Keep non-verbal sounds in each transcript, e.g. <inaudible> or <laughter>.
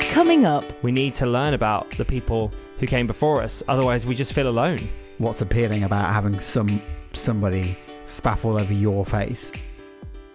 Coming up, We need to learn about the people who came before us, otherwise, we just feel alone. What's appealing about having some somebody spaffle over your face?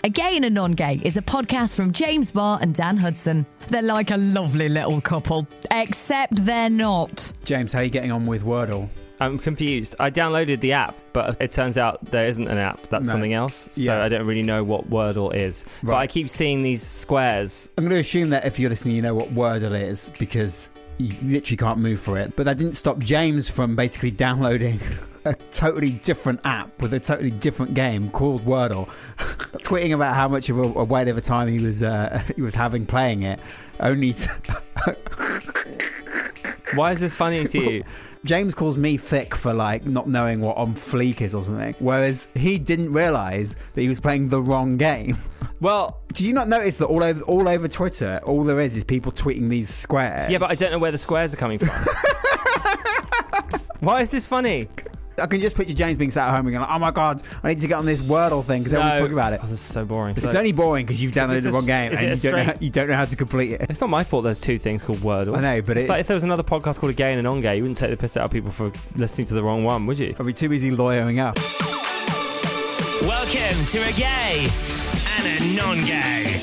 A Gay and a Non Gay is a podcast from James Barr and Dan Hudson. They're like a lovely little couple, except they're not. James, how are you getting on with Wordle? I'm confused. I downloaded the app, but it turns out there isn't an app. That's No. something else. So Yeah. I don't really know what Wordle is. But Right. I keep seeing these squares. I'm going to assume that if you're listening, you know what Wordle is because you literally can't move for it. But that didn't stop James from basically downloading <laughs> a totally different app with a totally different game called Wordle, <laughs> tweeting about how much of a, a whale of a time he was uh, <laughs> he was having playing it. Only to- Why is this funny to <laughs> you? James calls me thick for like not knowing what on fleek is or something, whereas he didn't realise that he was playing the wrong game. Well, Do you not notice that all over all over Twitter, all there is is people tweeting these squares? yeah, but I don't know where the squares are coming <laughs> from. Why is this funny? I can just picture James being sat at home and going, "Oh my god, I need to get on this Wordle thing because everyone's No. talking about it." Oh, this is so boring. It's So- only boring because you've downloaded this the a- wrong game is and it you a don't, know how, straight- <laughs> you don't know how to complete it. <laughs> It's not my fault there's two things called Wordle. I know, but It's, it's, like if there was another podcast called A Gay and a Non Gay, you wouldn't take the piss out of people for listening to the wrong one, would you? I'll be too busy lawyering up. Welcome to a gay and a non-gay.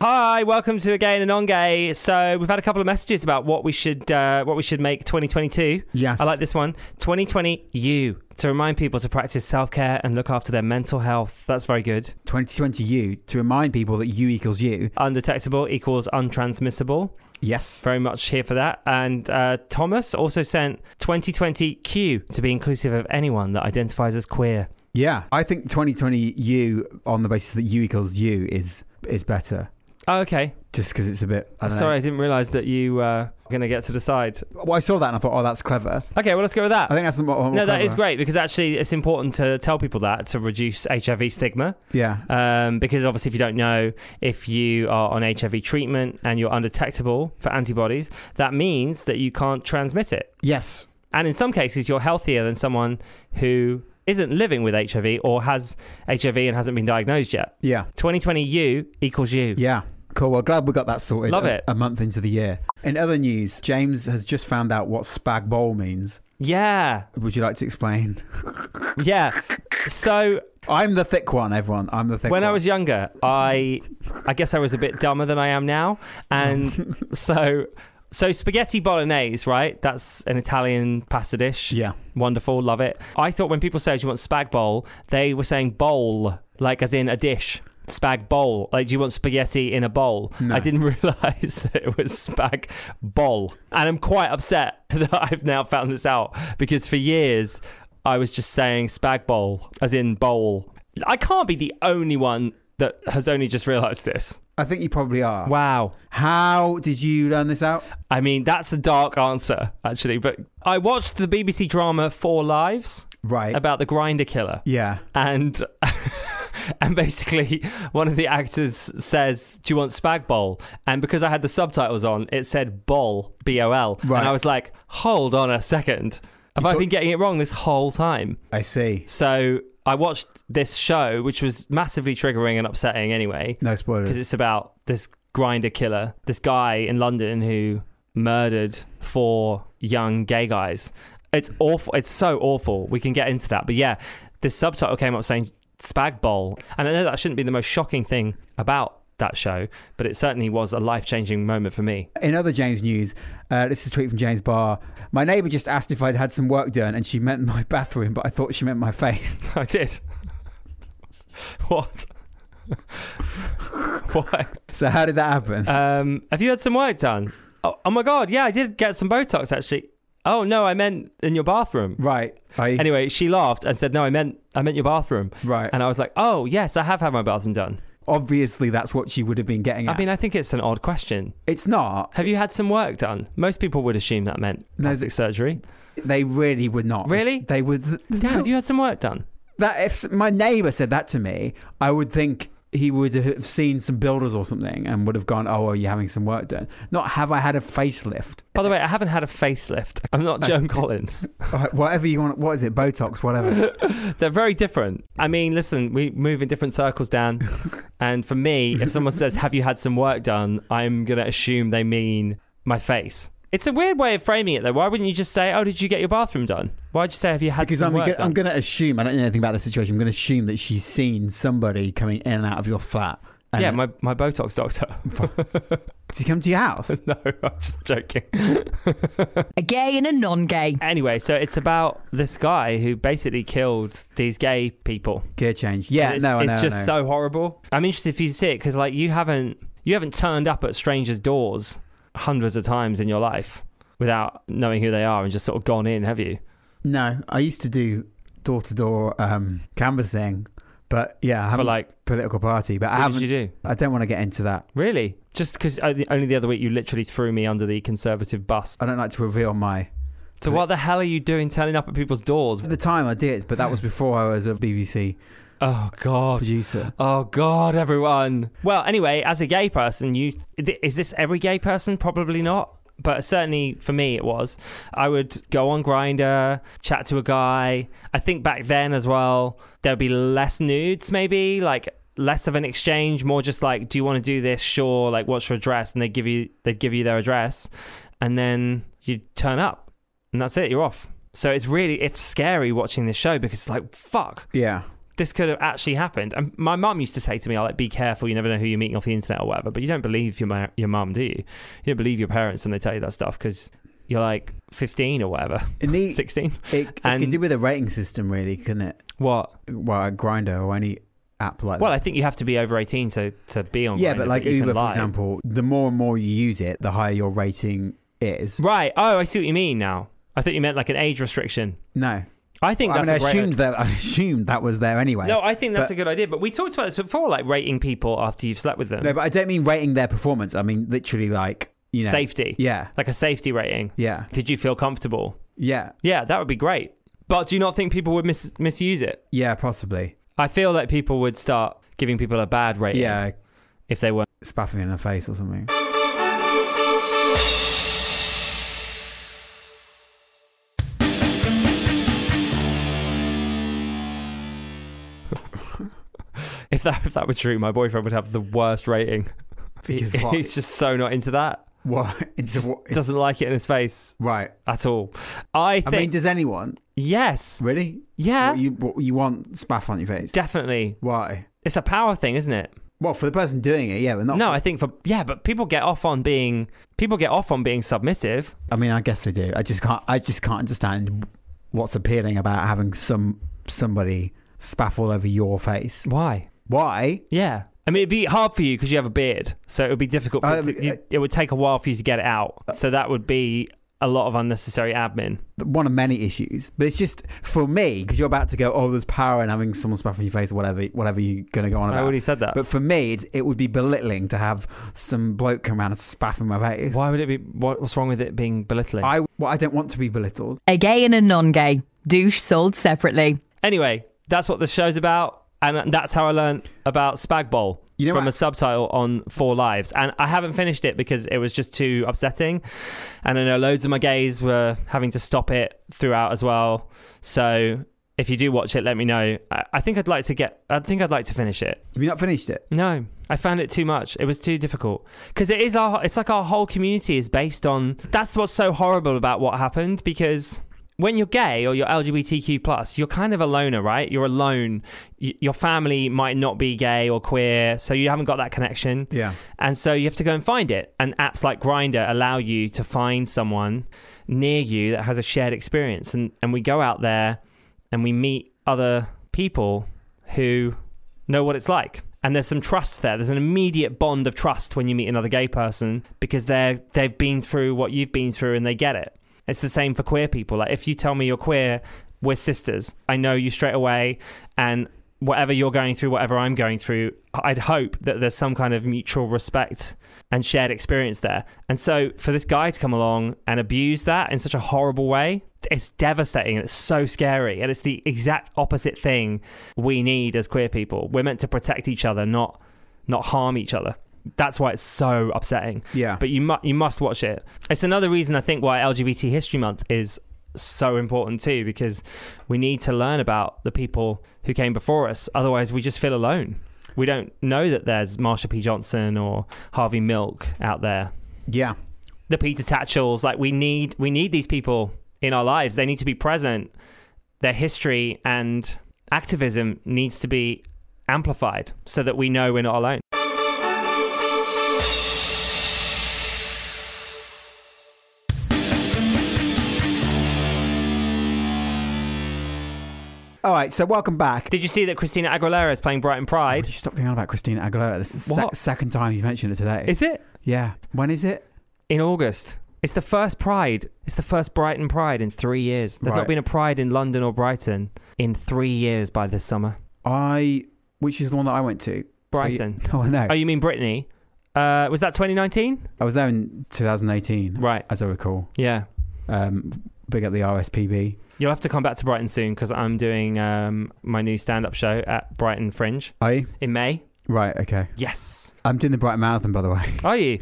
Hi, welcome to A Gay and a Non Gay. So we've had a couple of messages about what we should uh, what we should make 2022. Yes. I like this one. 2020 you to remind people to practice self care and look after their mental health. That's very good. 2020 you to remind people that you equals you. Undetectable equals untransmissible. Yes. Very much here for that. And uh, Thomas also sent 2020 Q to be inclusive of anyone that identifies as queer. Yeah. I think 2020 you on the basis that you equals you is is better. Oh, okay. Just because it's a bit. I don't Sorry, I didn't realise that you uh, were going to get to decide. Know. Well, I saw that and I thought, oh, that's clever. Okay, well, let's go with that. I think that's more, more no, that clever. is great because actually it's important to tell people that to reduce HIV stigma. Yeah. Um, because obviously, if you don't know, if you are on HIV treatment and you're undetectable for antibodies, that means that you can't transmit it. Yes. And in some cases, you're healthier than someone who isn't living with HIV or has HIV and hasn't been diagnosed yet. Yeah. 2020 you equals you. Yeah. Cool. Well, glad we got that sorted. Love a- it. A month into the year. In other news, James has just found out what spag bowl means. Yeah. Would you like to explain? <laughs> Yeah. So I'm the thick one, everyone. I'm the thick when one. I was younger, I I guess I was a bit dumber than I am now, and so so spaghetti bolognese, right? That's an Italian pasta dish. Yeah. wonderful, love it. I thought when people said, "Do you want spag bowl?" they were saying bowl, like as in a dish. Spag bowl, like do you want spaghetti in a bowl? No. I didn't <laughs> realize that it was spag bowl, and I'm quite upset <laughs> that I've now found this out because for years I was just saying spag bowl as in bowl. I can't be the only one that has only just realized this. I think you probably are. Wow. How did you learn this out? I mean, that's a dark answer, actually. But I watched the BBC drama Four Lives Right. about the grinder killer. yeah. and <laughs> and basically one of the actors says do you want spag bowl and because i had the subtitles on it said bowl b-o-l Right. and i was like hold on a second have i thought- been getting it wrong this whole time I see. so i watched this show which was massively triggering and upsetting anyway No because spoilers. it's about this grinder killer, this guy in London who murdered four young gay guys. It's awful. It's so awful. We can get into that. But yeah, this subtitle came up saying spag bowl. And I know that shouldn't be the most shocking thing about that show, but it certainly was a life changing moment for me. <laughs> In other James news, uh, this is a tweet from James Barr. My neighbour just asked if I'd had some work done, and she meant my <laughs> bathroom, but I thought she meant my face. <laughs> I did. <laughs> what? <laughs> Why? So how did that happen? Um, have you had some work done? Oh, oh my god, yeah, I did get some Botox actually. Oh no, I meant in your bathroom. right. I, <laughs> Anyway, she laughed and said, "No, I meant I meant your bathroom." right. And I was like, "Oh yes, I have had my bathroom done." Obviously, that's what she would have been getting at. I mean, I think it's an odd question. it's not. Have you had some work done? Most people would assume that meant No, plastic surgery. They really would not. Really? They would. Dad, have you had some work done? That if my neighbour said that to me, I would think he would have seen some builders or something and would have gone, "Oh, are you having some work done?" Not have I had a facelift? <laughs> By the way, I haven't had a facelift. I'm not Joan Collins. Uh, whatever you want. What is it? Botox, whatever. They're very different. I mean, listen, we move in different circles, <laughs> Dan. And for me, if someone says, Have you had some work done? I'm going to assume they mean my face. It's a weird way of framing it, though. Why wouldn't you just say, Oh, did you get your bathroom done? Why'd you say, Have you had Because some I'm work gonna, done? I'm going to assume I don't know anything about the situation. I'm going to assume that she's seen somebody coming in and out of your flat. And yeah, my, my Botox doctor. <laughs> Did he come to your house? no, I'm just joking. A gay and a non gay. Anyway, so it's about this guy who basically killed these gay people. Gear change. Yeah, it's, no, I it's know. I just know. so horrible. I'm interested if you see it because like you haven't you haven't turned up at strangers' doors hundreds of times in your life without knowing who they are and just sort of gone in, have you? No, I used to do door to door um canvassing, but yeah, I For haven't like, political party, but I what haven't. did you do? I don't want to get into that. Really? Just because only the other week you literally threw me under the conservative bus. I don't like to reveal my. So what the hell are you doing turning up at people's doors? At the time, I did, but that was before I was a BBC Oh god. producer. Oh god, everyone. Well, anyway, as a gay person, you th- is this every gay person? Probably not, but certainly for me it was. I would go on Grinder, chat to a guy. I think back then as well, there'd be less nudes maybe, like less of an exchange, more just like do you want to do this? Sure, like what's your address? And they give you they'd give you their address and then you turn up. And that's it, you're off. So it's really it's scary watching this show because it's like fuck Yeah, this could have actually happened. And my mum used to say to me, "Oh, like, be careful, you never know who you're meeting off the internet or whatever. But you don't believe your ma- your mum, do you? You don't believe your parents when they tell you that stuff because you're like 15 or whatever, it need, it, 16. it could And- do with a rating system, really, couldn't it? What? Well, a grinder or any app like Well, that. I think you have to be over 18 to, to be on. yeah, Grindr, but like you can Uber, for lie. example, the more and more you use it, the higher your rating is. Right. Oh, I see what you mean now. I thought you meant like an age restriction. No, I think I mean, that's I a great assumed that I <laughs> assumed that was there anyway. No, I think that's But- a good idea. But we talked about this before, like rating people after you've slept with them. no, but I don't mean rating their performance. I mean literally like you know, Safety. Yeah, Like a safety rating. yeah, Did you feel comfortable? yeah, Yeah, that would be great. But do you not think people would mis- misuse it? yeah, possibly. I feel like people would start giving people a bad rating Yeah, if they were. <laughs> spaffing in the face or something. If that if that were true, my boyfriend would have the worst rating. Because <laughs> what? He's just so not into that. what? Into what? <laughs> Doesn't like it in his face Right. at all. I I think mean, does anyone yes, really? yeah, What, you what, you want spaff on your face? definitely. Why? It's a power thing, isn't it? Well, for the person doing it, yeah, but not. No, I think for yeah, but people get off on being people get off on being submissive. I mean, I guess they do. I just can't. I just can't understand what's appealing about having some somebody spaff all over your face. Why? Why? Yeah. I mean, it'd be hard for you because you have a beard, so it would be difficult. For Uh, it, to- uh, you- it would take a while for you to get it out, so that would be a lot of unnecessary admin. One of many issues, but it's just for me because you're about to go. Oh, there's power in having someone spaff on your face or whatever. Whatever you're gonna go on I about. already said that. But for me, it's, it would be belittling to have some bloke come around and spaff in my face. Why would it be? What, what's wrong with it being belittling? I well, I don't want to be belittled. A gay and a non gay. Douche sold separately. anyway, that's what the show's about, and that's how I learned about Spag Bowl You know from what- a subtitle on Four Lives. And I haven't finished it because it was just too upsetting, and I know loads of my gays were having to stop it throughout as well. So if you do watch it, let me know. I, I think I'd like to get. I think I'd like to finish it. Have you not finished it? No, I found it too much. It was too difficult because it is our. It's like our whole community is based on. That's what's so horrible about what happened because when you're gay or you're LGBTQ plus, you're kind of a loner, right? You're alone. Y- your family might not be gay or queer, so you haven't got that connection, Yeah. and so you have to go and find it. And apps like Grinder allow you to find someone near you that has a shared experience, and and we go out there and we meet other people who know what it's like. And there's some trust there. There's an immediate bond of trust when you meet another gay person because they're they've been through what you've been through and they get it. It's the same for queer people. Like if you tell me you're queer, we're sisters. I know you straight away and whatever you're going through, whatever I'm going through, I'd hope that there's some kind of mutual respect and shared experience there. And so for this guy to come along and abuse that in such a horrible way, it's devastating and it's so scary. And it's the exact opposite thing we need as queer people. We're meant to protect each other, not not harm each other. That's why it's so upsetting Yeah. <laughs> but you mu- you must watch it. It's another reason I think why LGBT History Month is so important too, because we need to learn about the people who came before us. Otherwise, we just feel alone. We don't know that there's Marsha P. Johnson or Harvey Milk out there, yeah. the Peter Tatchells. Like we need we need these people in our lives. They need to be present. Their history and activism needs to be amplified so that we know we're not alone. All right. So welcome back. Did you see that Christina Aguilera is playing Brighton Would Pride? you stop being on about Christina Aguilera? This is the sec- What? second time you've mentioned it today. Is it? yeah. When is it? in August. It's the first Pride. It's the first Brighton Pride in three years. There's Right. not been a Pride in London or Brighton in three years by this summer. I, which is the one that I went to. Brighton. Oh, I know. Oh, you mean Brittany? Uh, was that 2019? I was there in 2018, Right. as I recall. Yeah. Um, big up the RSPB. You'll have to come back to Brighton soon because I'm doing um, my new stand up show at Brighton Fringe Are you? in May. Right. Okay. Yes. I'm doing the Brighton Marathon, by the way. <laughs> Are you?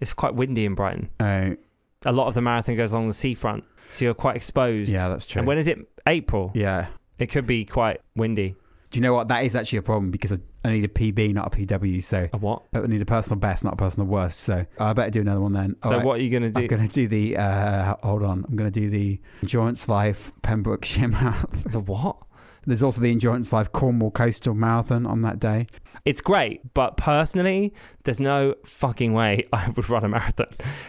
It's quite windy in Brighton. Oh, A lot of the marathon goes along the seafront, so you're quite exposed. yeah, that's true. And when is it? April. yeah. It could be quite windy. Do you know what? That is actually a problem because I, I need a PB, not a PW. So A what? I need a personal best, not a personal worst. So I better do another one then. So All right. what are you going to do? I'm going to do the, uh, hold on, I'm going to do the Endurance Life Pembrokeshire Marathon. <laughs> The what? There's also the Endurance Life Cornwall Coastal Marathon on that day. It's great, but personally, there's no fucking way <laughs> I would run a marathon.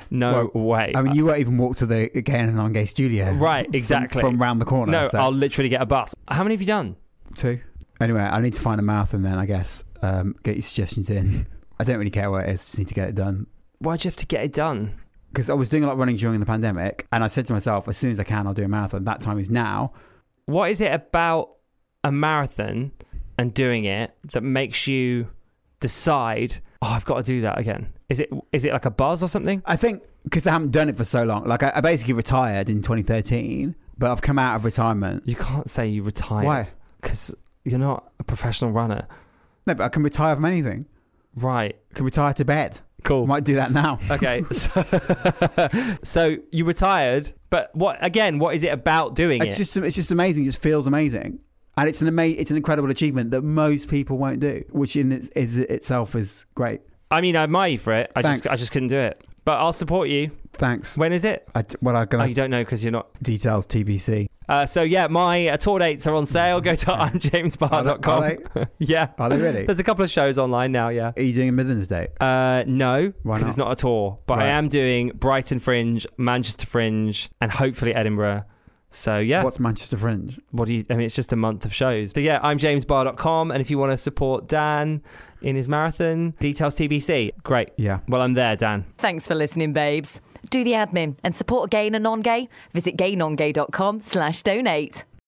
No way. Uh, I mean, you won't even walk to the Gay and Non Gay studio. Right, from- exactly. From, round the corner. no, so. I'll literally get a bus. How many have you done? Two. Anyway, I need to find a marathon then, I guess. Um, get your suggestions in. <laughs> I don't really care where it is, just need to get it done. Why'd you have to get it done? Because I was doing a lot of running during the pandemic, and I said to myself, as soon as I can, I'll do a marathon. That time is now. What is it about a marathon and doing it that makes you decide, oh, I've got to do that again? Is it is it like a buzz or something? I think because I haven't done it for so long, like I, I basically retired in 2013, but I've come out of retirement. You can't say you retired. Why? Because you're not a professional runner. No, but I can retire from anything. Right. I can retire to bed. I Cool. might do that now. <laughs> Okay. So, so you retired, but what again, what is it about doing It's it? just it's just amazing. It just feels amazing, and it's an ama- it's an incredible achievement that most people won't do, which in its, is itself is great. I mean, I admire you for it. I Thanks. just I just couldn't do it. But I'll support you. Thanks. When is it? I d well, I'm Oh, gonna you don't know because you're not. details TBC. Uh, so yeah, my uh, tour dates are on sale. Go to Are imjamesbar.com. they, <laughs> Yeah, are they really? there's a couple of shows online now. Yeah. Are you doing a Midlands date? Uh, no, Why because it's not a tour. But I Right. am doing Brighton Fringe, Manchester Fringe, and hopefully Edinburgh. So yeah, What's Manchester Fringe? what do you i mean it's just a month of shows but yeah i'm jamesbar.com and if you want to support dan in his marathon details tbc great Yeah. well i'm there dan Thanks for listening, babes. Do the admin and support a gay and a non-gay. Visit gaynongay.com slash donate.